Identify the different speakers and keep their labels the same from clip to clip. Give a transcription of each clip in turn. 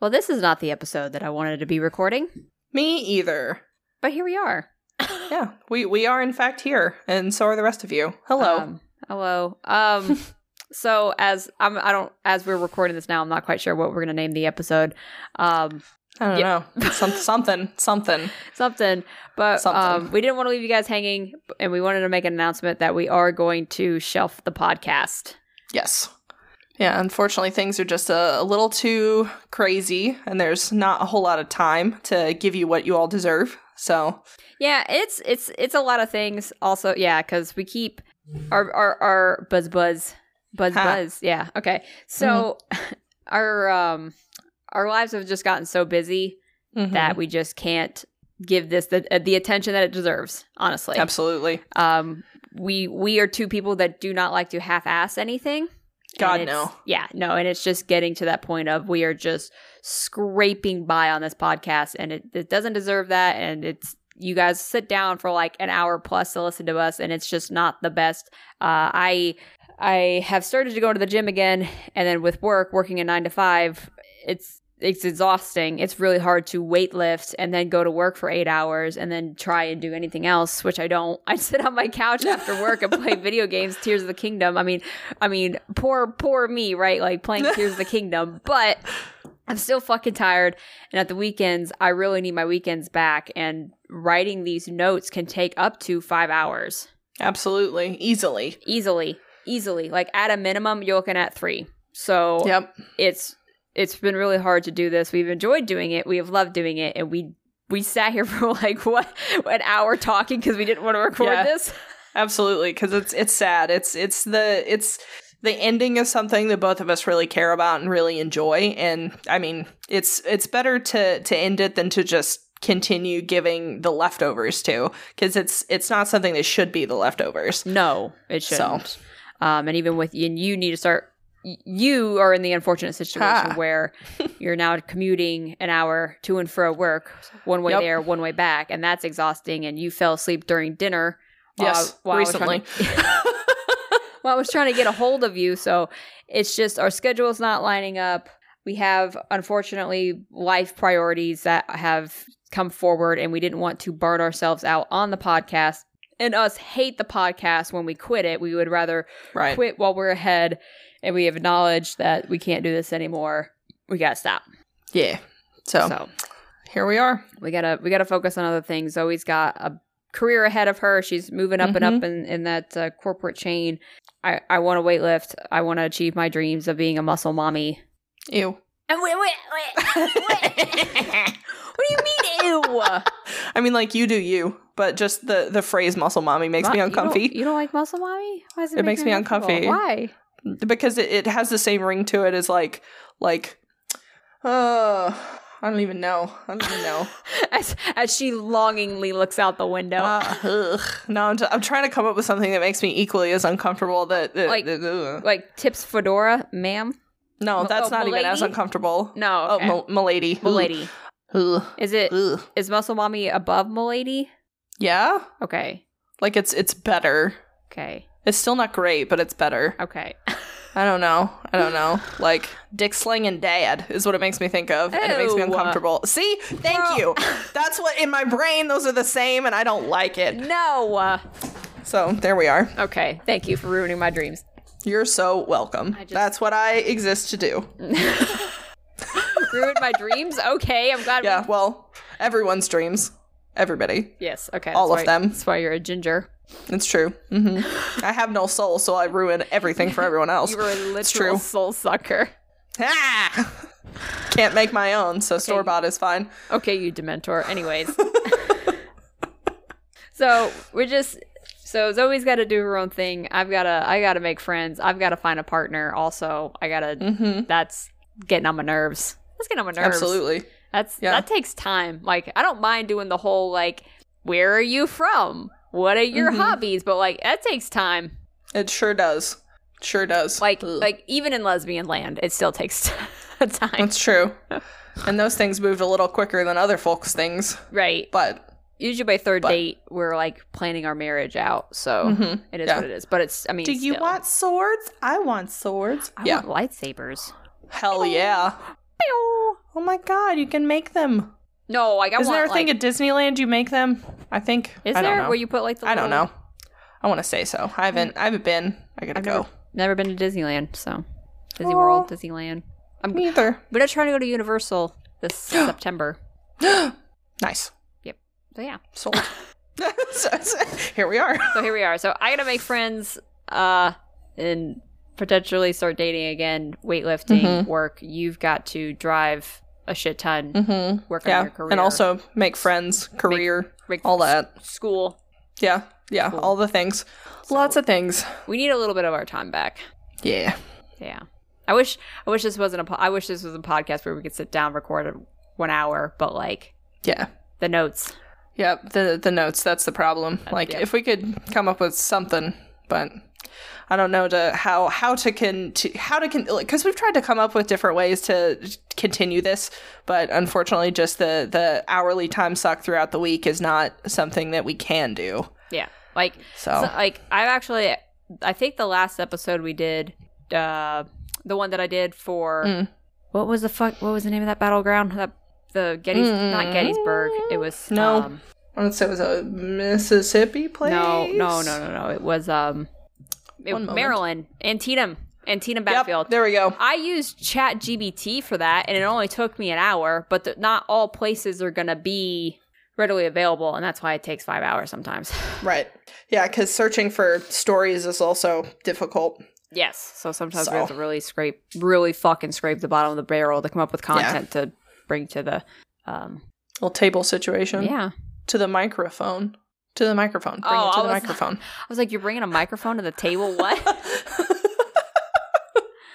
Speaker 1: Well, this is not the episode that I wanted to be recording,
Speaker 2: Me either.
Speaker 1: but here we are.
Speaker 2: Yeah, we we are in fact here, and so are the rest of you. Hello.
Speaker 1: Um, hello. Um, so as I'm, I don't as we're recording this now, I'm not quite sure what we're gonna name the episode. Um,
Speaker 2: I don't
Speaker 1: yeah.
Speaker 2: know. Some, something, something.
Speaker 1: something, but
Speaker 2: Something.
Speaker 1: um, we didn't want to leave you guys hanging, and we wanted to make an announcement that we are going to shelf the podcast.
Speaker 2: Yes. Yeah, unfortunately, things are just a, a little too crazy, and there's not a whole lot of time to give you what you all deserve. So,
Speaker 1: Yeah, it's it's it's a lot of things. Also, yeah, because we keep our our our buzz buzz buzz
Speaker 2: Ha.
Speaker 1: buzz. Yeah. Okay. So our um our lives have just gotten so busy
Speaker 2: Mm-hmm.
Speaker 1: that we just can't give this the uh, the attention that it deserves. Honestly,
Speaker 2: absolutely.
Speaker 1: um, we we are two people that do not like to half-ass anything.
Speaker 2: God,
Speaker 1: And it's-
Speaker 2: no.
Speaker 1: Yeah, no, and it's just getting to that point of we are just scraping by on this podcast, and it, it doesn't deserve that. And it's you guys sit down for like an hour plus to listen to us, and it's just not the best. Uh, I I have started to go to the gym again, and then with work working a nine to five, it's it's exhausting. It's really hard to weight lift and then go to work for eight hours and then try and do anything else, which I don't. I sit on my couch after work and play video games, Tears of the Kingdom. I mean, I mean, poor poor me, right? Like playing Tears of the Kingdom, but I'm still fucking tired. And at the weekends, I really need my weekends back. And writing these notes can take up to five hours
Speaker 2: Absolutely. Easily.
Speaker 1: easily easily like at a minimum you're looking at three so
Speaker 2: Yep.
Speaker 1: it's it's been really hard to do this we've enjoyed doing it we have loved doing it and we we sat here for like what an hour talking because we didn't want to record
Speaker 2: Yeah.
Speaker 1: this
Speaker 2: Absolutely, because it's it's sad. It's it's the it's the ending of something that both of us really care about and really enjoy. And I mean, it's it's better to to end it than to just continue giving the leftovers to because it's it's not something that should be the leftovers.
Speaker 1: no it shouldn't
Speaker 2: So
Speaker 1: um and even with and you need to start y- you are in the unfortunate situation
Speaker 2: Ha.
Speaker 1: where you're now commuting an hour to and fro work one way
Speaker 2: Yep.
Speaker 1: there one way back and that's exhausting and you fell asleep during dinner while-
Speaker 2: yes,
Speaker 1: while I was trying to-
Speaker 2: uh, recently.
Speaker 1: well, I was trying to get a hold of you, so it's just our schedule's not lining up. We have, unfortunately, life priorities that have come forward, and we didn't want to burn ourselves out on the podcast. And us hate the podcast when we quit it. We would rather
Speaker 2: right.
Speaker 1: quit while we're ahead, and we acknowledge that we can't do this anymore. We gotta stop.
Speaker 2: Yeah. So,
Speaker 1: So
Speaker 2: here we are.
Speaker 1: we gotta we gotta focus on other things. Zoe's got a career ahead of her. She's moving up
Speaker 2: Mm-hmm.
Speaker 1: and up in, in that uh, corporate chain. I, I want to weightlift. I want to achieve my dreams of being a muscle mommy.
Speaker 2: Ew.
Speaker 1: And Uh, wait, wait, wait, wait. what do you mean, ew?
Speaker 2: I mean, like you do you, but just the the phrase "muscle mommy" makes me
Speaker 1: Ma-
Speaker 2: uncomfy.
Speaker 1: You don't, you don't like muscle mommy? Why does it,
Speaker 2: It
Speaker 1: make
Speaker 2: makes
Speaker 1: you
Speaker 2: me
Speaker 1: uncomfortable?
Speaker 2: uncomfy.
Speaker 1: Why?
Speaker 2: because it, it has the same ring to it as like like uh I don't even know. I don't even know.
Speaker 1: As, as she longingly looks out the window.
Speaker 2: Uh, ugh. No, I'm, just, I'm trying to come up with something that makes me equally as uncomfortable. That, that-
Speaker 1: Like-
Speaker 2: that- ugh.
Speaker 1: like tips fedora, ma'am?
Speaker 2: no,
Speaker 1: m-
Speaker 2: that's
Speaker 1: oh,
Speaker 2: not even as
Speaker 1: m'lady?
Speaker 2: uncomfortable.
Speaker 1: No.
Speaker 2: Oh,
Speaker 1: okay.
Speaker 2: m- milady. Ugh.
Speaker 1: Milady.
Speaker 2: Ugh.
Speaker 1: Is it is
Speaker 2: Ugh.
Speaker 1: muscle mommy above milady?
Speaker 2: Yeah,
Speaker 1: Okay.
Speaker 2: like it's it's better.
Speaker 1: Okay.
Speaker 2: It's still not great, but it's better.
Speaker 1: Okay.
Speaker 2: I don't know. I don't know. Like dick sling and dad is what it makes me think of, and it makes me
Speaker 1: Ew.
Speaker 2: uncomfortable. See, thank you. That's what in my brain those are the same, and I don't like it.
Speaker 1: No. Uh,
Speaker 2: So there we are.
Speaker 1: Okay. Thank you for ruining my dreams.
Speaker 2: You're so welcome.
Speaker 1: just- Mm.
Speaker 2: That's what I exist to do.
Speaker 1: Ruined my dreams? Okay. I'm glad. we-
Speaker 2: Yeah. Well, everyone's dreams. Everybody.
Speaker 1: yes. Okay.
Speaker 2: All
Speaker 1: that's
Speaker 2: of
Speaker 1: why-
Speaker 2: them.
Speaker 1: That's why you're a ginger.
Speaker 2: It's true. hmm I have no soul, so I ruin everything for everyone else.
Speaker 1: You were a
Speaker 2: it's
Speaker 1: literal
Speaker 2: true.
Speaker 1: soul sucker.
Speaker 2: Ah! Can't make my own, so store bought is fine.
Speaker 1: Okay, you dementor. Anyways. so we're just so Zoe's gotta do her own thing. I've gotta I gotta make friends. I've gotta find a partner also. I gotta
Speaker 2: Mm-hmm.
Speaker 1: that's getting on my nerves. That's getting on my nerves.
Speaker 2: Absolutely.
Speaker 1: That's
Speaker 2: Yeah.
Speaker 1: that takes time. Like I don't mind doing the whole like where are you from? What are your
Speaker 2: Mhm.
Speaker 1: hobbies? But like that takes time.
Speaker 2: It sure does. Sure does.
Speaker 1: Like
Speaker 2: Ugh.
Speaker 1: like even in lesbian land, it still takes time.
Speaker 2: That's true. And those things moved a little quicker than other folks' things,
Speaker 1: Right.
Speaker 2: but
Speaker 1: Usually by third
Speaker 2: But-
Speaker 1: date, we're like planning our marriage out. So
Speaker 2: Mhm.
Speaker 1: it is
Speaker 2: Yeah.
Speaker 1: what it is. But it's I mean, still.
Speaker 2: swords? I want swords.
Speaker 1: I
Speaker 2: yeah.
Speaker 1: want lightsabers.
Speaker 2: Hell yeah.
Speaker 1: Pew!
Speaker 2: Oh my god, you can make them.
Speaker 1: No, like I
Speaker 2: Isn't
Speaker 1: want.
Speaker 2: there a
Speaker 1: like,
Speaker 2: thing at Disneyland you make them? I think.
Speaker 1: is
Speaker 2: I don't
Speaker 1: there
Speaker 2: know.
Speaker 1: where you put like the?
Speaker 2: I don't
Speaker 1: little-
Speaker 2: know. I want to say so. I haven't. I haven't been. I gotta
Speaker 1: I've
Speaker 2: go.
Speaker 1: never, never been to Disneyland, so Disney
Speaker 2: Aw.
Speaker 1: World, Disneyland. I'm
Speaker 2: Me either.
Speaker 1: but I'm trying to go to Universal this September.
Speaker 2: Nice.
Speaker 1: So yeah,
Speaker 2: Sold. So- so- Here we are.
Speaker 1: so here we are. So I gotta make friends, uh, and potentially start dating again. Weightlifting,
Speaker 2: Mhm.
Speaker 1: work. You've got to drive a shit ton.
Speaker 2: Mm-hmm.
Speaker 1: Work on
Speaker 2: Yeah,
Speaker 1: your career
Speaker 2: and also make friends, career,
Speaker 1: Make-
Speaker 2: all that.
Speaker 1: school.
Speaker 2: Yeah, yeah,
Speaker 1: Cool.
Speaker 2: all the things. Lots of things.
Speaker 1: We need a little bit of our time back.
Speaker 2: Yeah.
Speaker 1: Yeah. I wish I wish this wasn't a po- I wish this was a podcast where we could sit down record a, one hour, but like
Speaker 2: Yeah.
Speaker 1: the notes.
Speaker 2: Yep, the the notes, that's the problem. Like
Speaker 1: yeah.
Speaker 2: if we could come up with something, but I don't know to how how to con to, how to con because we've tried to come up with different ways to continue this, but unfortunately, just the the hourly time suck throughout the week is not something that we can do.
Speaker 1: Yeah. Like
Speaker 2: So,
Speaker 1: so- like I've actually I think the last episode we did uh the one that I did for
Speaker 2: Mm.
Speaker 1: what was the fuck what was the name of that battleground? That the Gettys not Gettysburg. It was
Speaker 2: Mm. No.
Speaker 1: um,
Speaker 2: I would say it was a Mississippi place.
Speaker 1: no, no, no, no, no. It was um it,
Speaker 2: One moment.
Speaker 1: Maryland. Antietam. Antietam
Speaker 2: Yep,
Speaker 1: battlefield.
Speaker 2: there we go.
Speaker 1: I used Chat GBT for that, and it only took me an hour. But th- not all places are gonna be readily available, and that's why it takes five hours sometimes.
Speaker 2: Right. Yeah, because searching for stories is also difficult.
Speaker 1: yes, so sometimes
Speaker 2: So.
Speaker 1: we have to really scrape, really fucking scrape the bottom of the barrel to come up with content to bring to the. Um,
Speaker 2: Little table situation.
Speaker 1: yeah,
Speaker 2: To the microphone. To the microphone. Bring
Speaker 1: Oh,
Speaker 2: it to
Speaker 1: I
Speaker 2: the
Speaker 1: was-
Speaker 2: microphone.
Speaker 1: I was like, "You're bringing a microphone to the table? What?"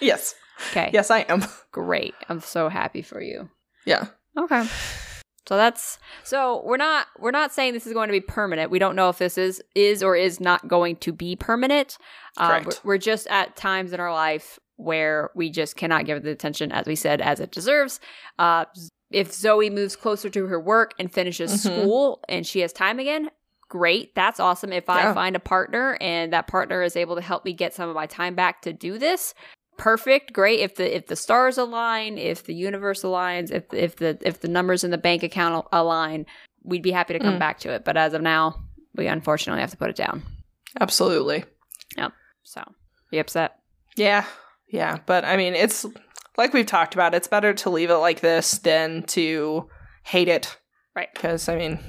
Speaker 2: yes.
Speaker 1: okay,
Speaker 2: Yes, I am.
Speaker 1: great. I'm so happy for you.
Speaker 2: Yeah.
Speaker 1: Okay. So that's so we're not we're not saying this is going to be permanent. We don't know if this is is or is not going to be permanent. Um,
Speaker 2: Correct.
Speaker 1: we're- we're just at times in our life where we just cannot give it the attention, as we said, as it deserves. Uh, if Zoe moves closer to her work and finishes
Speaker 2: Mhm.
Speaker 1: school and she has time again, great. That's awesome. If I
Speaker 2: Yeah.
Speaker 1: find a partner and that partner is able to help me get some of my time back to do this, perfect great if the if the stars align if the universe aligns if if the if the numbers in the bank account al- align we'd be happy to come
Speaker 2: Mm.
Speaker 1: back to it but as of now we unfortunately have to put it down
Speaker 2: Absolutely.
Speaker 1: so be upset
Speaker 2: Yeah. Yeah. But I mean, it's like we've talked about, it's better to leave it like this than to hate it.
Speaker 1: Right.
Speaker 2: Because, I mean,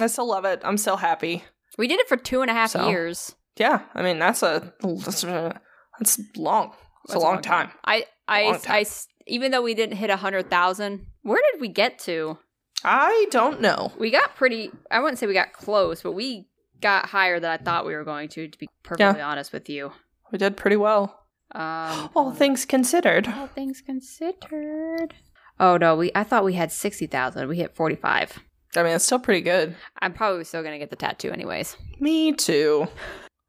Speaker 2: I still love it. I'm still happy.
Speaker 1: we did it for two and a half
Speaker 2: So,
Speaker 1: years
Speaker 2: Yeah. I mean, that's a. That's, a, that's long. It's a
Speaker 1: That's
Speaker 2: long, time.
Speaker 1: i i
Speaker 2: Long time.
Speaker 1: I s- even though we didn't hit a hundred thousand where did we get to
Speaker 2: I don't know.
Speaker 1: we got pretty i wouldn't say we got close but we got higher than i thought we were going to to be perfectly honest with you
Speaker 2: We did pretty well.
Speaker 1: um
Speaker 2: All things considered.
Speaker 1: All things considered. Oh no, we I thought we had sixty thousand. We hit forty five.
Speaker 2: I mean, it's still pretty good.
Speaker 1: I'm probably still gonna get the tattoo anyways.
Speaker 2: Me too.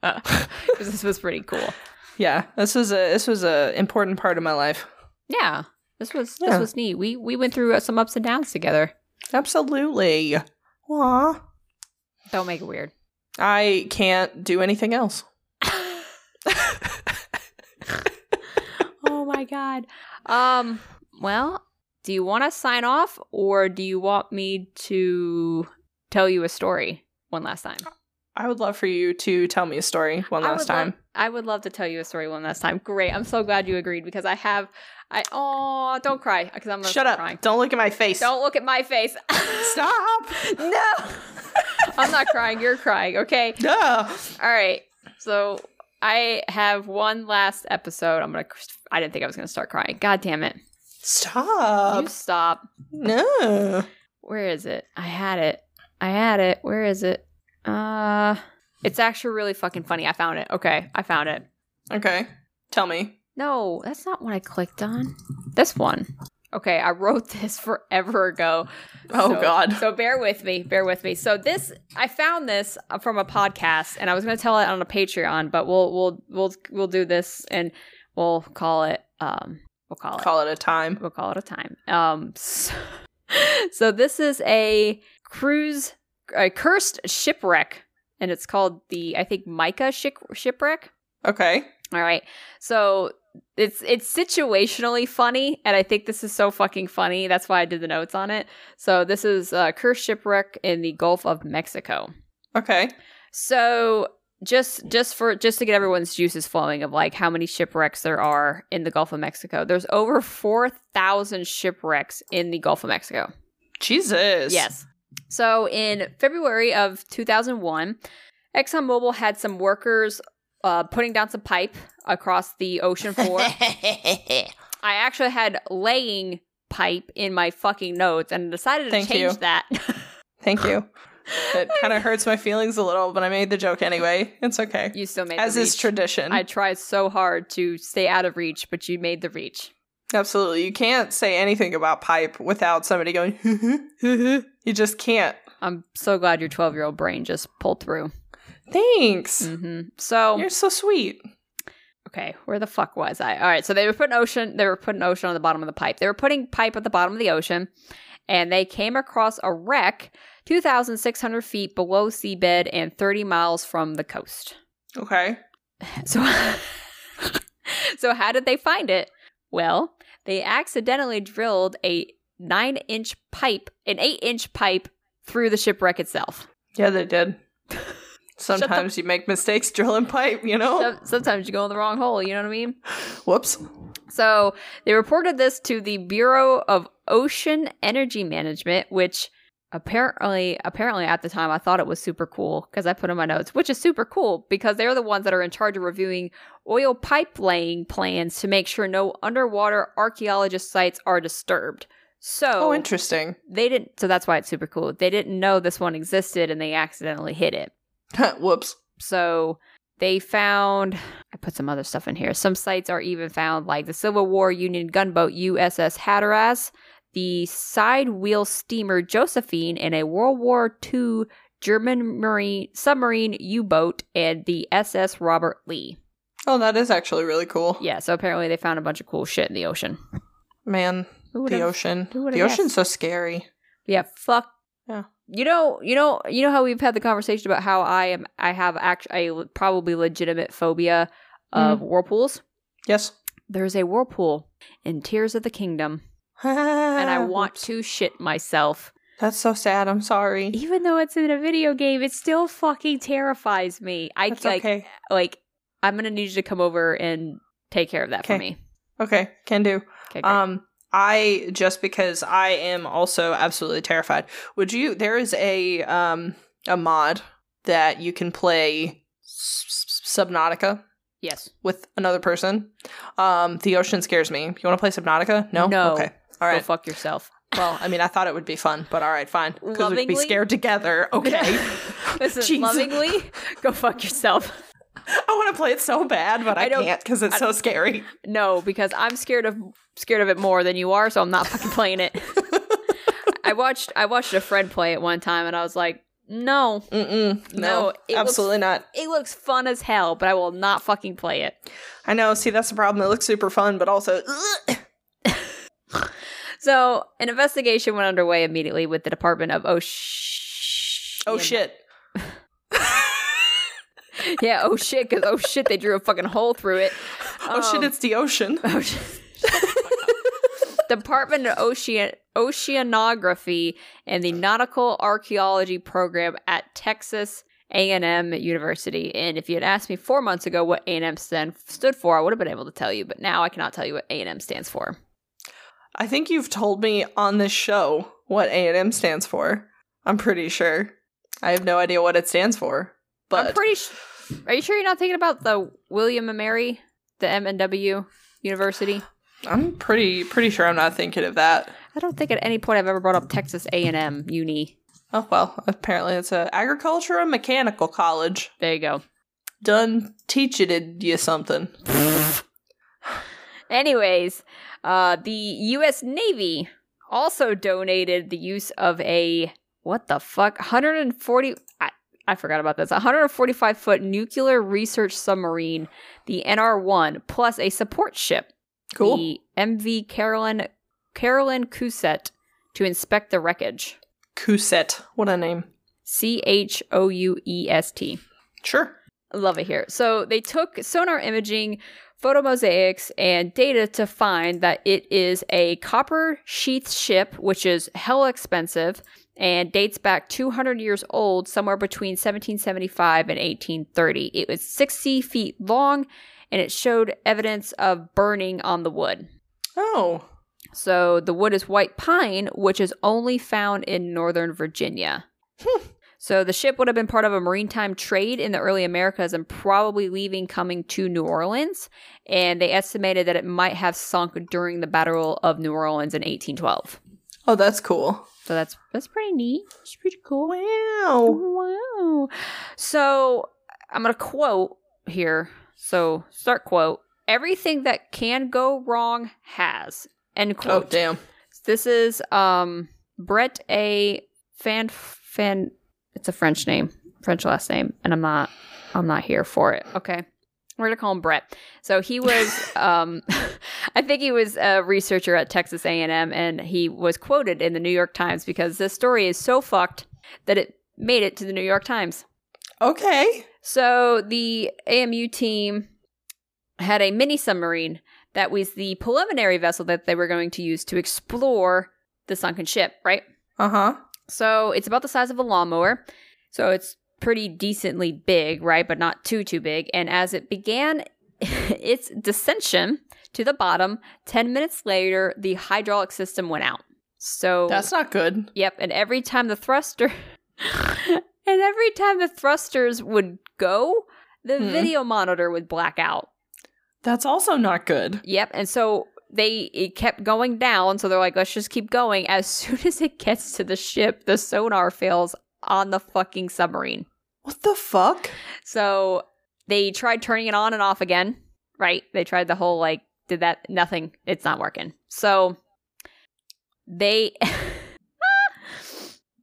Speaker 1: Uh. 'Cause this was pretty cool.
Speaker 2: Yeah, this was a this was a important part of my life.
Speaker 1: Yeah, this was
Speaker 2: Yeah.
Speaker 1: this was neat. We we went through some ups and downs together.
Speaker 2: Absolutely. Aw.
Speaker 1: Don't make it weird.
Speaker 2: I can't do anything else.
Speaker 1: oh my god. Um. Well, do you want to sign off, or do you want me to tell you a story one last time?
Speaker 2: I would love for you to tell me a story one
Speaker 1: I
Speaker 2: last
Speaker 1: would love-
Speaker 2: time.
Speaker 1: I would love to tell you a story one last time. Great. I'm so glad you agreed because I have I oh don't cry because I'm gonna start
Speaker 2: Shut up.
Speaker 1: crying.
Speaker 2: Don't look at my face.
Speaker 1: Don't look at my face.
Speaker 2: Stop.
Speaker 1: no. I'm not crying, you're crying, okay?
Speaker 2: No.
Speaker 1: All right. So I have one last episode. I'm gonna I didn't think I was gonna start crying. God damn it.
Speaker 2: Stop.
Speaker 1: you stop.
Speaker 2: No.
Speaker 1: Where is it? I had it. I had it. Where is it? Uh it's actually really fucking funny. I found it. Okay, I found it.
Speaker 2: Okay. Tell me.
Speaker 1: No, that's not what I clicked on. This one. Okay, I wrote this forever ago.
Speaker 2: Oh
Speaker 1: So-
Speaker 2: God.
Speaker 1: So bear with me. Bear with me. So this I found this from a podcast and I was going to tell it on a Patreon, but we'll we'll we'll we'll do this and we'll call it um we'll call it
Speaker 2: Call it a time.
Speaker 1: we'll call it a time. Um so, so this is a cruise a cursed shipwreck and it's called the I think Micah ship, shipwreck.
Speaker 2: Okay.
Speaker 1: All right. So it's it's situationally funny, and I think this is so fucking funny. That's why I did the notes on it. So this is a curse shipwreck in the Gulf of Mexico.
Speaker 2: Okay.
Speaker 1: So just just for just to get everyone's juices flowing of like how many shipwrecks there are in the Gulf of Mexico. There's over four thousand shipwrecks in the Gulf of Mexico.
Speaker 2: Jesus.
Speaker 1: Yes. So in February of 2001, ExxonMobil had some workers uh, putting down some pipe across the ocean floor. I actually had laying pipe in my fucking notes and decided to
Speaker 2: Thank
Speaker 1: change
Speaker 2: you.
Speaker 1: that.
Speaker 2: Thank you. It kind of hurts my feelings a little, but I made the joke anyway. It's okay.
Speaker 1: you still made
Speaker 2: As
Speaker 1: the
Speaker 2: is
Speaker 1: reach.
Speaker 2: tradition.
Speaker 1: I tried so hard to stay out of reach, but you made the reach.
Speaker 2: Absolutely. You can't say anything about pipe without somebody going, you just can't.
Speaker 1: I'm so glad your 12 year old brain just pulled through.
Speaker 2: Thanks.
Speaker 1: hmm So
Speaker 2: You're so sweet.
Speaker 1: okay, where the fuck was I? All right, so they were putting ocean. They were putting ocean on the bottom of the pipe. They were putting pipe at the bottom of the ocean, and they came across a wreck 2,600 feet below seabed and 30 miles from the coast.
Speaker 2: Okay.
Speaker 1: So, so how did they find it? Well, they accidentally drilled a nine inch pipe, an eight inch pipe through the shipwreck itself.
Speaker 2: Yeah, they did. Sometimes you make mistakes drilling pipe, you know?
Speaker 1: So, sometimes you go in the wrong hole, you know what I mean?
Speaker 2: Whoops.
Speaker 1: So they reported this to the Bureau of Ocean Energy Management, which apparently apparently at the time I thought it was super cool because I put in my notes, which is super cool because they're the ones that are in charge of reviewing oil pipe laying plans to make sure no underwater archaeologist sites are disturbed.
Speaker 2: Oh,
Speaker 1: So
Speaker 2: interesting.
Speaker 1: they didn't so that's why it's super cool. They didn't know this one existed and they accidentally hit it.
Speaker 2: Whoops.
Speaker 1: So they found, I put some other stuff in here. Some sites are even found, like the Civil War Union gunboat USS Hatteras, the side wheel steamer Josephine, and a World War II German marine, submarine U boat, and the SS Robert Lee.
Speaker 2: Oh, that is actually really cool.
Speaker 1: Yeah, so apparently they found a bunch of cool shit in the ocean.
Speaker 2: Man,
Speaker 1: Who
Speaker 2: the
Speaker 1: would've-
Speaker 2: ocean.
Speaker 1: who would've
Speaker 2: The ocean's so scary.
Speaker 1: Yeah, fuck.
Speaker 2: Yeah.
Speaker 1: You know, you know, you know how we've had the conversation about how I am. I have actually a probably legitimate phobia
Speaker 2: Mm-hmm.
Speaker 1: of whirlpools.
Speaker 2: Yes.
Speaker 1: There's a whirlpool in Tears of the Kingdom, and
Speaker 2: and
Speaker 1: I want to shit myself.
Speaker 2: That's so sad. I'm sorry.
Speaker 1: Even though it's in a video game, it still fucking terrifies me. I
Speaker 2: That's
Speaker 1: like
Speaker 2: okay.
Speaker 1: like I'm gonna need you to come over and take care of that for
Speaker 2: Okay.
Speaker 1: me.
Speaker 2: Okay, can do.
Speaker 1: Okay, great.
Speaker 2: Um, I just because I am also absolutely terrified. Would you? There is a um a mod that you can play S- S- Subnautica
Speaker 1: yes.
Speaker 2: with another person. Um, the ocean scares me. You want to play Subnautica? No.
Speaker 1: No.
Speaker 2: Okay.
Speaker 1: Go
Speaker 2: All right.
Speaker 1: fuck yourself.
Speaker 2: well, I mean, I thought it would be fun, but all right, fine. Because we'd be
Speaker 1: Lovingly?
Speaker 2: scared together. Okay.
Speaker 1: Listen,
Speaker 2: Jesus.
Speaker 1: lovingly, go fuck yourself.
Speaker 2: I want to play it so bad, but I,
Speaker 1: I don't-
Speaker 2: can't because it's so scary.
Speaker 1: No, because I'm scared of scared of it more than you are, so I'm not fucking playing it. I watched I watched a friend play it one time, and I was like, no,
Speaker 2: Mm. Mm-mm.
Speaker 1: No,
Speaker 2: No,
Speaker 1: it looks-
Speaker 2: absolutely not.
Speaker 1: it looks fun as hell, but I will not fucking play it.
Speaker 2: I know. See, that's the problem. It looks super fun, but also. oh
Speaker 1: So an investigation went underway immediately with the Department of oh, Osh.
Speaker 2: Oh shit.
Speaker 1: Yeah, oh shit, because oh shit, they drew a fucking hole through it.
Speaker 2: Oh
Speaker 1: Um,
Speaker 2: shit, it's the ocean.
Speaker 1: Oh, shit. Shut the fuck up. Department of Ocean- Oceanography and the Nautical Archaeology Program at Texas A&M University. And if you had asked me four months ago what A&M stand, stood for, I would have been able to tell you. But now I cannot tell you what A&M stands for.
Speaker 2: I think you've told me on this show what A&M stands for. I'm pretty sure. I have no idea what it stands for. But
Speaker 1: I'm pretty. Sh- Are you sure you're not thinking about the William and Mary, the M and W University?
Speaker 2: I'm pretty pretty sure I'm not thinking of that.
Speaker 1: I don't think at any point I've ever brought up Texas A&M Uni.
Speaker 2: Oh well, apparently it's a agriculture and mechanical college.
Speaker 1: There you go.
Speaker 2: Done teaching you something.
Speaker 1: Anyways, uh, the U.S. Navy also donated the use of a what the fuck 140. I, I forgot about this. 145 foot nuclear research submarine, the NR-1, plus a support ship,
Speaker 2: Cool.
Speaker 1: the MV Carolyn Carolyn Cousette, to inspect the wreckage.
Speaker 2: Cousette. What a name.
Speaker 1: C H O U E S T.
Speaker 2: Sure.
Speaker 1: Love it here. So they took sonar imaging photomosaics, and data to find that it is a copper sheath ship, which is hella expensive and dates back 200 years old, somewhere between 1775 and 1830. It was 60 feet long and it showed evidence of burning on the wood.
Speaker 2: Oh.
Speaker 1: So the wood is white pine, which is only found in northern Virginia. so the ship would have been part of a maritime trade in the early Americas and probably leaving coming to New Orleans. And they estimated that it might have sunk during the Battle of New Orleans in 1812.
Speaker 2: Oh, that's cool.
Speaker 1: So that's that's pretty neat. It's pretty cool.
Speaker 2: Wow. Oh,
Speaker 1: Wow. So I'm gonna quote here. So start quote. Everything that can go wrong has. End
Speaker 2: Oh,
Speaker 1: quote.
Speaker 2: damn.
Speaker 1: This is um Brett A. Fan Fan. It's a French name, French last name, and I'm not I'm not here for it. Okay, we're gonna call him Brett. So he was um, I think he was a researcher at Texas A&M, and he was quoted in the New York Times because this story is so fucked that it made it to the New York Times.
Speaker 2: Okay.
Speaker 1: So the AMU team had a mini submarine that was the preliminary vessel that they were going to use to explore the sunken ship, right?
Speaker 2: Uh huh.
Speaker 1: So it's about the size of a lawnmower. So it's pretty decently big, right? But not too, too big. And as it began its descension to the bottom, 10 minutes later, the hydraulic system went out. So
Speaker 2: That's not good.
Speaker 1: Yep, and every time the thruster and every time the thrusters would go, the
Speaker 2: Hmm.
Speaker 1: video monitor would black out.
Speaker 2: That's also not good.
Speaker 1: Yep, and so they it kept going down, so they're like, let's just keep going. As soon as it gets to the ship, the sonar fails on the fucking submarine.
Speaker 2: What the fuck?
Speaker 1: So they tried turning it on and off again, right? They tried the whole like, did that, nothing, it's not working. So they.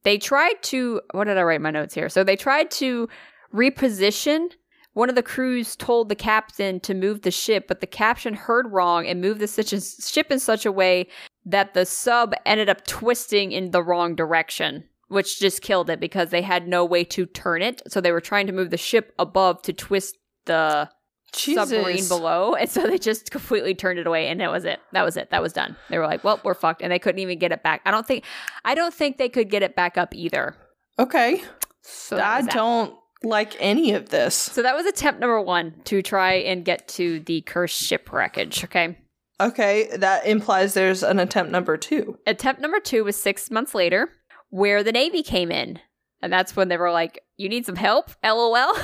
Speaker 1: They tried to, what did I write in my notes here? So they tried to reposition. One of the crews told the captain to move the ship, but the captain heard wrong and moved the such ship in such a way that the sub ended up twisting in the wrong direction, which just killed it because they had no way to turn it. So they were trying to move the ship above to twist the
Speaker 2: Jesus.
Speaker 1: submarine below. And so they just completely turned it away and that was it. That was it. That was done. They were like, well, we're fucked. And they couldn't even get it back. I don't think, I don't think they could get it back up either.
Speaker 2: Okay.
Speaker 1: So that
Speaker 2: I
Speaker 1: was that.
Speaker 2: don't like any of this.
Speaker 1: So that was attempt number one to try and get to the cursed ship wreckage. Okay.
Speaker 2: Okay, that implies there's an attempt number two.
Speaker 1: Attempt number two was six months later, where the Navy came in. And that's when they were like, you need some help? LOL.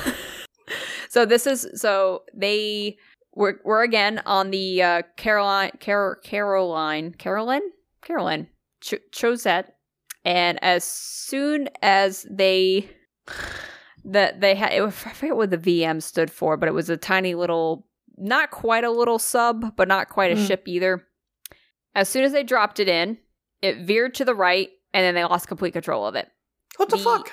Speaker 1: so this is, so they were, were again on the uh, Caroline, Car- Caroline, Carolyn? Carolyn, Ch- Chosette. And as soon as they, that they had, it was, I forget what the VM stood for, but it was a tiny little, not quite a little sub, but not quite a
Speaker 2: Mm.
Speaker 1: ship either. As soon as they dropped it in, it veered to the right, and then they lost complete control of it.
Speaker 2: What the
Speaker 1: The-
Speaker 2: fuck?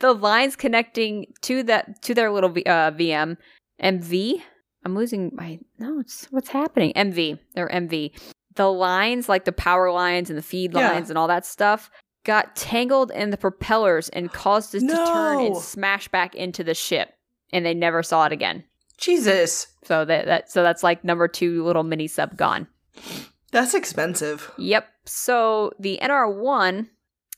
Speaker 1: the lines connecting to that to their little V- uh, VM MV. I'm losing my notes. What's happening? MV. They're MV. The lines, like the power lines and the feed
Speaker 2: Yeah.
Speaker 1: lines and all that stuff, got tangled in the propellers and caused it to turn and
Speaker 2: No.
Speaker 1: smash back into the ship. And they never saw it again.
Speaker 2: Jesus.
Speaker 1: So that, that so that's like number two little mini sub gone.
Speaker 2: That's expensive.
Speaker 1: Yep. So the NR1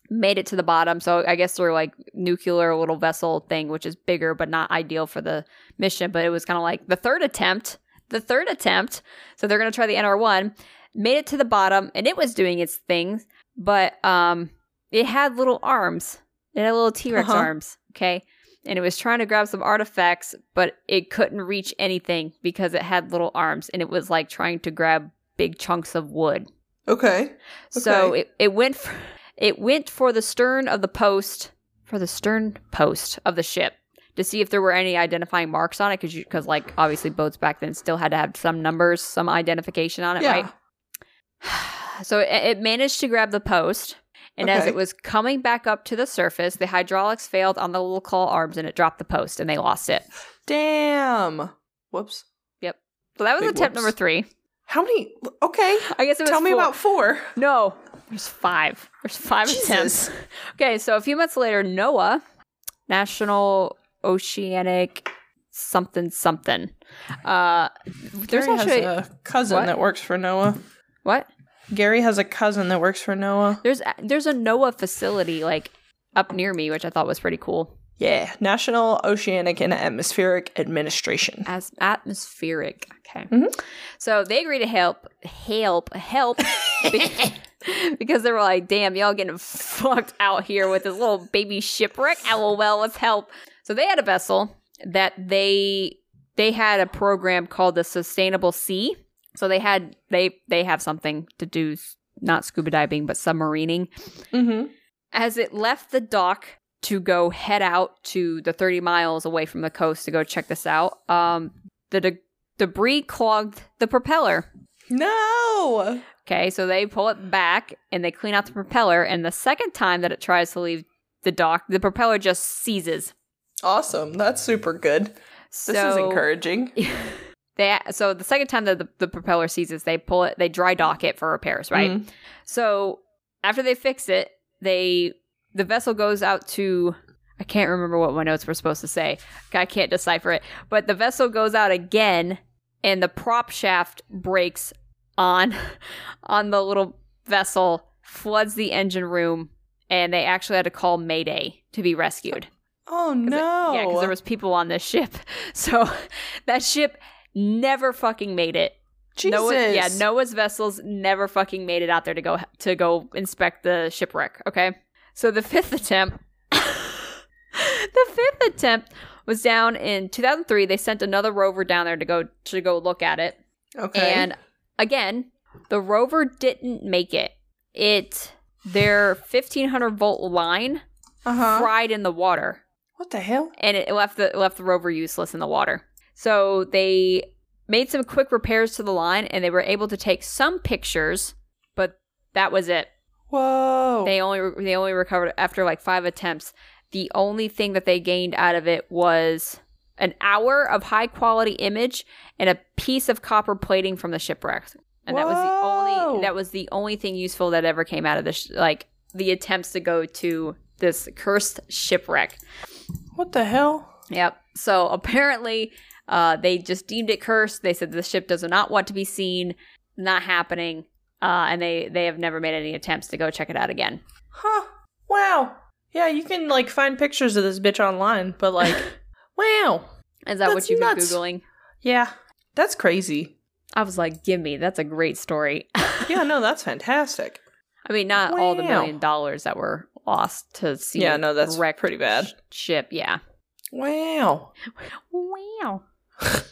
Speaker 1: made it to the bottom. So I guess they're like nuclear little vessel thing, which is bigger but not ideal for the mission. But it was kind of like the third attempt. The third attempt. So they're gonna try the NR1. Made it to the bottom, and it was doing its things, but um, it had little arms. It had little T Rex
Speaker 2: Uh-huh.
Speaker 1: arms. Okay. And it was trying to grab some artifacts, but it couldn't reach anything because it had little arms and it was like trying to grab big chunks of wood.
Speaker 2: Okay.
Speaker 1: So
Speaker 2: Okay.
Speaker 1: it, it went for, it went for the stern of the post for the stern post of the ship to see if there were any identifying marks on it because because like obviously boats back then still had to have some numbers some identification on it
Speaker 2: yeah.
Speaker 1: right so it, it managed to grab the post and as
Speaker 2: Okay.
Speaker 1: it was coming back up to the surface the hydraulics failed on the little claw arms and it dropped the post and they lost it
Speaker 2: Damn. Whoops.
Speaker 1: so that was
Speaker 2: Big
Speaker 1: attempt
Speaker 2: whoops.
Speaker 1: number three
Speaker 2: How many? Okay.
Speaker 1: i guess it was
Speaker 2: Tell me
Speaker 1: four.
Speaker 2: about four.
Speaker 1: no there's five there's five attempts
Speaker 2: Jesus.
Speaker 1: Okay, so a few months later, NOAA, National Oceanic something something. Uh, there's
Speaker 2: Gary
Speaker 1: actually
Speaker 2: has a cousin
Speaker 1: What?
Speaker 2: that works for Noah.
Speaker 1: what
Speaker 2: Gary has a cousin that works for Noah.
Speaker 1: there's a- there's a NOAA facility like up near me, which I thought was pretty cool.
Speaker 2: Yeah, National Oceanic and Atmospheric Administration.
Speaker 1: As atmospheric, okay.
Speaker 2: Mhm.
Speaker 1: So they agree to help, help, help, be- because they were like, "Damn, y'all getting fucked out here with this little baby shipwreck." LOL, let's help. So they had a vessel that they they had a program called the Sustainable Sea. So they had they they have something to do s- not scuba diving but submarining.
Speaker 2: Mm-hmm.
Speaker 1: As it left the dock to go head out to the 30 miles away from the coast to go check this out, um, the de- debris clogged the propeller.
Speaker 2: No.
Speaker 1: Okay, so they pull it back and they clean out the propeller. And the second time that it tries to leave the dock, the propeller just seizes.
Speaker 2: Awesome. That's super good.
Speaker 1: So
Speaker 2: This is encouraging.
Speaker 1: They, so the second time that the, the propeller seizes, they pull it, they dry dock it for repairs, right?
Speaker 2: Mhm.
Speaker 1: So after they fix it, they the vessel goes out to I can't remember what my notes were supposed to say. I can't decipher it. But the vessel goes out again and the prop shaft breaks on on the little vessel, floods the engine room, and they actually had to call Mayday to be rescued.
Speaker 2: Oh
Speaker 1: it-
Speaker 2: no.
Speaker 1: Yeah, because there was people on this ship. So that ship never fucking made it.
Speaker 2: Jesus.
Speaker 1: Noah, yeah, Noah's vessels never fucking made it out there to go to go inspect the shipwreck. Okay, so the fifth attempt, the fifth attempt was down in 2003. They sent another rover down there to go to go look at it,
Speaker 2: Okay.
Speaker 1: and again, the rover didn't make it. It their 1500 volt line
Speaker 2: uh-huh.
Speaker 1: fried in the water
Speaker 2: what the hell?
Speaker 1: and it left the it left the rover useless in the water. So they made some quick repairs to the line and they were able to take some pictures, but that was it.
Speaker 2: Whoa.
Speaker 1: They only re- they only recovered after like 5 attempts. The only thing that they gained out of it was an hour of high quality image and a piece of copper plating from the shipwreck. And that was the
Speaker 2: Whoa.
Speaker 1: only that was the only thing useful that ever came out of this sh- like the attempts to go to this cursed shipwreck.
Speaker 2: what the hell?
Speaker 1: Yep. So apparently, uh, they just deemed it cursed. They said the ship does not want to be seen. Not happening. Uh, and they they have never made any attempts to go check it out again.
Speaker 2: Huh. Wow. Yeah, you can like find pictures of this bitch online, but like wow.
Speaker 1: Is that what
Speaker 2: That's
Speaker 1: you've
Speaker 2: nuts.
Speaker 1: been googling?
Speaker 2: Yeah. That's crazy.
Speaker 1: I was like, give me. That's a great story.
Speaker 2: Yeah, no, that's fantastic.
Speaker 1: I mean, not all the
Speaker 2: Wow.
Speaker 1: million dollars that were lost to see.
Speaker 2: yeah, no, that's
Speaker 1: wrecked
Speaker 2: pretty bad.
Speaker 1: sh- ship. Yeah.
Speaker 2: Wow.
Speaker 1: Wow. so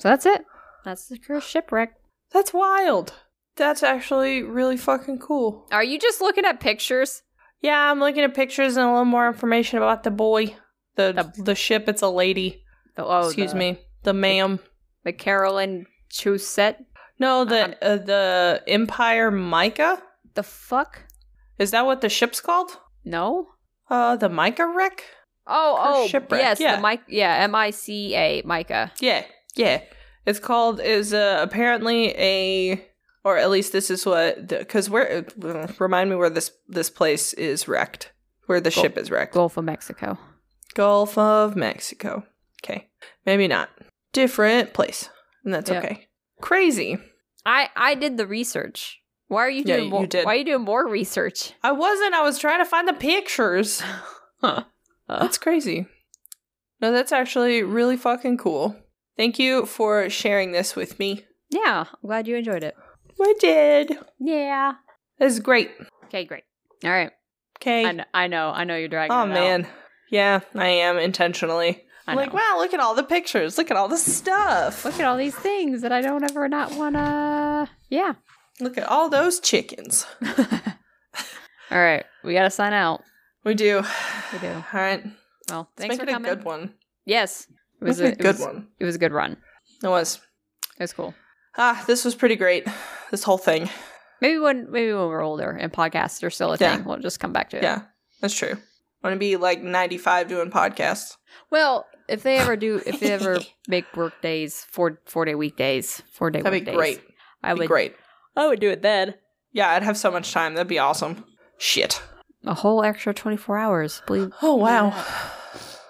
Speaker 1: that's it. That's the cursed shipwreck.
Speaker 2: That's wild. That's actually really fucking cool.
Speaker 1: Are you just looking at pictures?
Speaker 2: Yeah, I'm looking at pictures and a little more information about the boy. The the, ship, it's a lady.
Speaker 1: The, oh,
Speaker 2: Excuse
Speaker 1: the-
Speaker 2: me. The ma'am.
Speaker 1: The Carolyn Chusette.
Speaker 2: No,
Speaker 1: Um,
Speaker 2: the uh, the Empire Micah?
Speaker 1: The fuck?
Speaker 2: Is that what the ship's called?
Speaker 1: No.
Speaker 2: Uh the Micah wreck?
Speaker 1: Oh,
Speaker 2: Cursed
Speaker 1: oh,
Speaker 2: Shipwreck,
Speaker 1: yes,
Speaker 2: yeah.
Speaker 1: the mic, yeah, M I C A, Micah.
Speaker 2: Yeah, yeah. It's called is uh, apparently a, or at least this is what because where uh, remind me where this this place is wrecked, where the
Speaker 1: Gul-
Speaker 2: ship is wrecked.
Speaker 1: Gulf of Mexico.
Speaker 2: Gulf of Mexico. Okay, maybe not different place, and that's
Speaker 1: Yeah.
Speaker 2: okay. Crazy.
Speaker 1: I I did the research. Why are you
Speaker 2: Yeah,
Speaker 1: doing
Speaker 2: you
Speaker 1: more?
Speaker 2: did.
Speaker 1: Why are you doing more research?
Speaker 2: I wasn't. I was trying to find the pictures. That's crazy. No, that's actually really fucking cool. Thank you for sharing this with me.
Speaker 1: yeah, I'm glad you enjoyed it.
Speaker 2: I did.
Speaker 1: Yeah.
Speaker 2: This is great.
Speaker 1: Okay, great. All right.
Speaker 2: Okay.
Speaker 1: I kn- I know. I know you're dragging.
Speaker 2: Oh
Speaker 1: it out.
Speaker 2: man. Yeah, I am intentionally.
Speaker 1: I
Speaker 2: I'm like,
Speaker 1: know.
Speaker 2: wow, look at all the pictures. Look at all the stuff.
Speaker 1: Look at all these things that I don't ever not wanna. Yeah.
Speaker 2: Look at all those chickens.
Speaker 1: all right, we gotta sign out.
Speaker 2: We do.
Speaker 1: We do.
Speaker 2: All right.
Speaker 1: Well, thanks
Speaker 2: Let's
Speaker 1: for
Speaker 2: make it
Speaker 1: coming.
Speaker 2: a good one.
Speaker 1: Yes, it was
Speaker 2: Make
Speaker 1: a,
Speaker 2: it
Speaker 1: it
Speaker 2: a good
Speaker 1: was-
Speaker 2: one.
Speaker 1: It was a good run.
Speaker 2: It was.
Speaker 1: It was cool.
Speaker 2: Ah, this was pretty great. This whole thing.
Speaker 1: Maybe when maybe when we're older and podcasts are still a
Speaker 2: Yeah.
Speaker 1: thing, we'll just come back to it.
Speaker 2: Yeah, that's true. I want to be like 95 doing podcasts.
Speaker 1: Well, if they ever do, if they ever make work days four four day weekdays, four day
Speaker 2: That'd be
Speaker 1: workdays,
Speaker 2: great.
Speaker 1: I
Speaker 2: That'd be
Speaker 1: would
Speaker 2: great.
Speaker 1: I would do it then.
Speaker 2: Yeah, I'd have so much time. That'd be awesome. Shit.
Speaker 1: A whole extra twenty four hours. Believe
Speaker 2: Oh wow.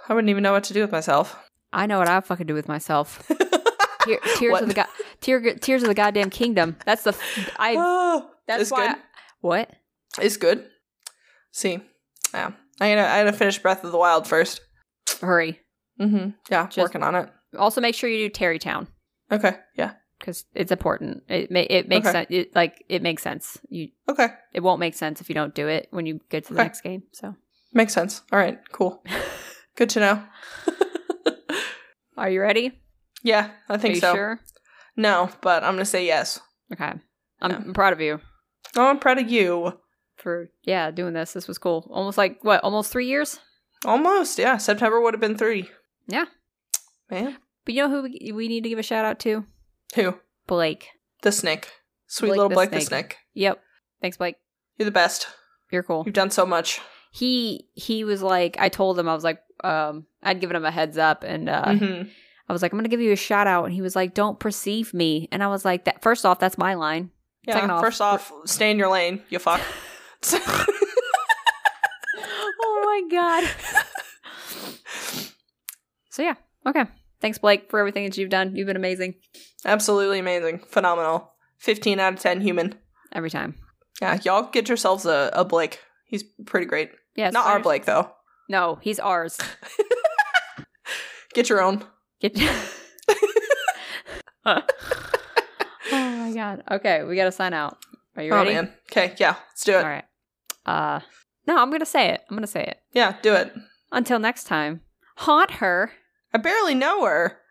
Speaker 2: I wouldn't even know what to do with myself.
Speaker 1: I know what I fucking do with myself. Tear, tears
Speaker 2: What?
Speaker 1: of the god, tear, tears of the goddamn kingdom. That's the f- I.
Speaker 2: Oh,
Speaker 1: That's
Speaker 2: it's
Speaker 1: why.
Speaker 2: good.
Speaker 1: what?
Speaker 2: It's good. See, yeah, I gotta I gotta finish Breath of the Wild first.
Speaker 1: Hurry.
Speaker 2: Mm-hmm. Yeah,
Speaker 1: Just-
Speaker 2: working on it.
Speaker 1: Also, make sure you do Terrytown
Speaker 2: Okay. Yeah.
Speaker 1: because it's important. It ma- it makes
Speaker 2: Okay.
Speaker 1: sense. It, like it makes sense. You
Speaker 2: Okay.
Speaker 1: it won't make sense if you don't do it when you get to the
Speaker 2: Okay.
Speaker 1: next game. So,
Speaker 2: Makes sense. All right. Cool. good to know.
Speaker 1: are you ready?
Speaker 2: Yeah, I think
Speaker 1: are you
Speaker 2: so.
Speaker 1: sure?
Speaker 2: No, but I'm gonna say yes.
Speaker 1: Okay. I'm,
Speaker 2: Yeah.
Speaker 1: I'm proud of you
Speaker 2: Oh, I'm proud of you.
Speaker 1: for yeah doing this. This was cool. Almost like what? Almost three years.
Speaker 2: Almost. Yeah. September would have been three.
Speaker 1: Yeah.
Speaker 2: Man.
Speaker 1: But you know who we, we need to give a shout out to?
Speaker 2: Who?
Speaker 1: Blake.
Speaker 2: The snake. Sweet
Speaker 1: Blake
Speaker 2: little
Speaker 1: the
Speaker 2: Blake the
Speaker 1: snake.
Speaker 2: snake.
Speaker 1: Yep. Thanks, Blake.
Speaker 2: You're the best.
Speaker 1: You're cool.
Speaker 2: You've done so much.
Speaker 1: He he was like, I told him I was like, um, I'd given him a heads up, and uh,
Speaker 2: hmm
Speaker 1: I was like, I'm gonna give you a shout out, and he was like, Don't perceive me, and I was like, That first off, that's my line.
Speaker 2: Yeah.
Speaker 1: second off-
Speaker 2: First off, stay in your lane. You fuck.
Speaker 1: oh my god. so yeah, okay. Thanks, Blake, for everything that you've done. You've been amazing
Speaker 2: Absolutely amazing. Phenomenal. 15 out of 10 human.
Speaker 1: every time.
Speaker 2: Yeah, y'all get yourselves a, a Blake. He's pretty great.
Speaker 1: Yeah,
Speaker 2: Not our
Speaker 1: Blake.
Speaker 2: Blake, though.
Speaker 1: No, he's ours.
Speaker 2: Get your own.
Speaker 1: Get. oh my god. Okay, we gotta sign out. Are you
Speaker 2: oh,
Speaker 1: ready?
Speaker 2: man. Okay, yeah, let's do it.
Speaker 1: All right. Uh, no, I'm gonna say it. I'm gonna say it.
Speaker 2: Yeah, do it.
Speaker 1: Until next time, haunt her.
Speaker 2: I barely know her.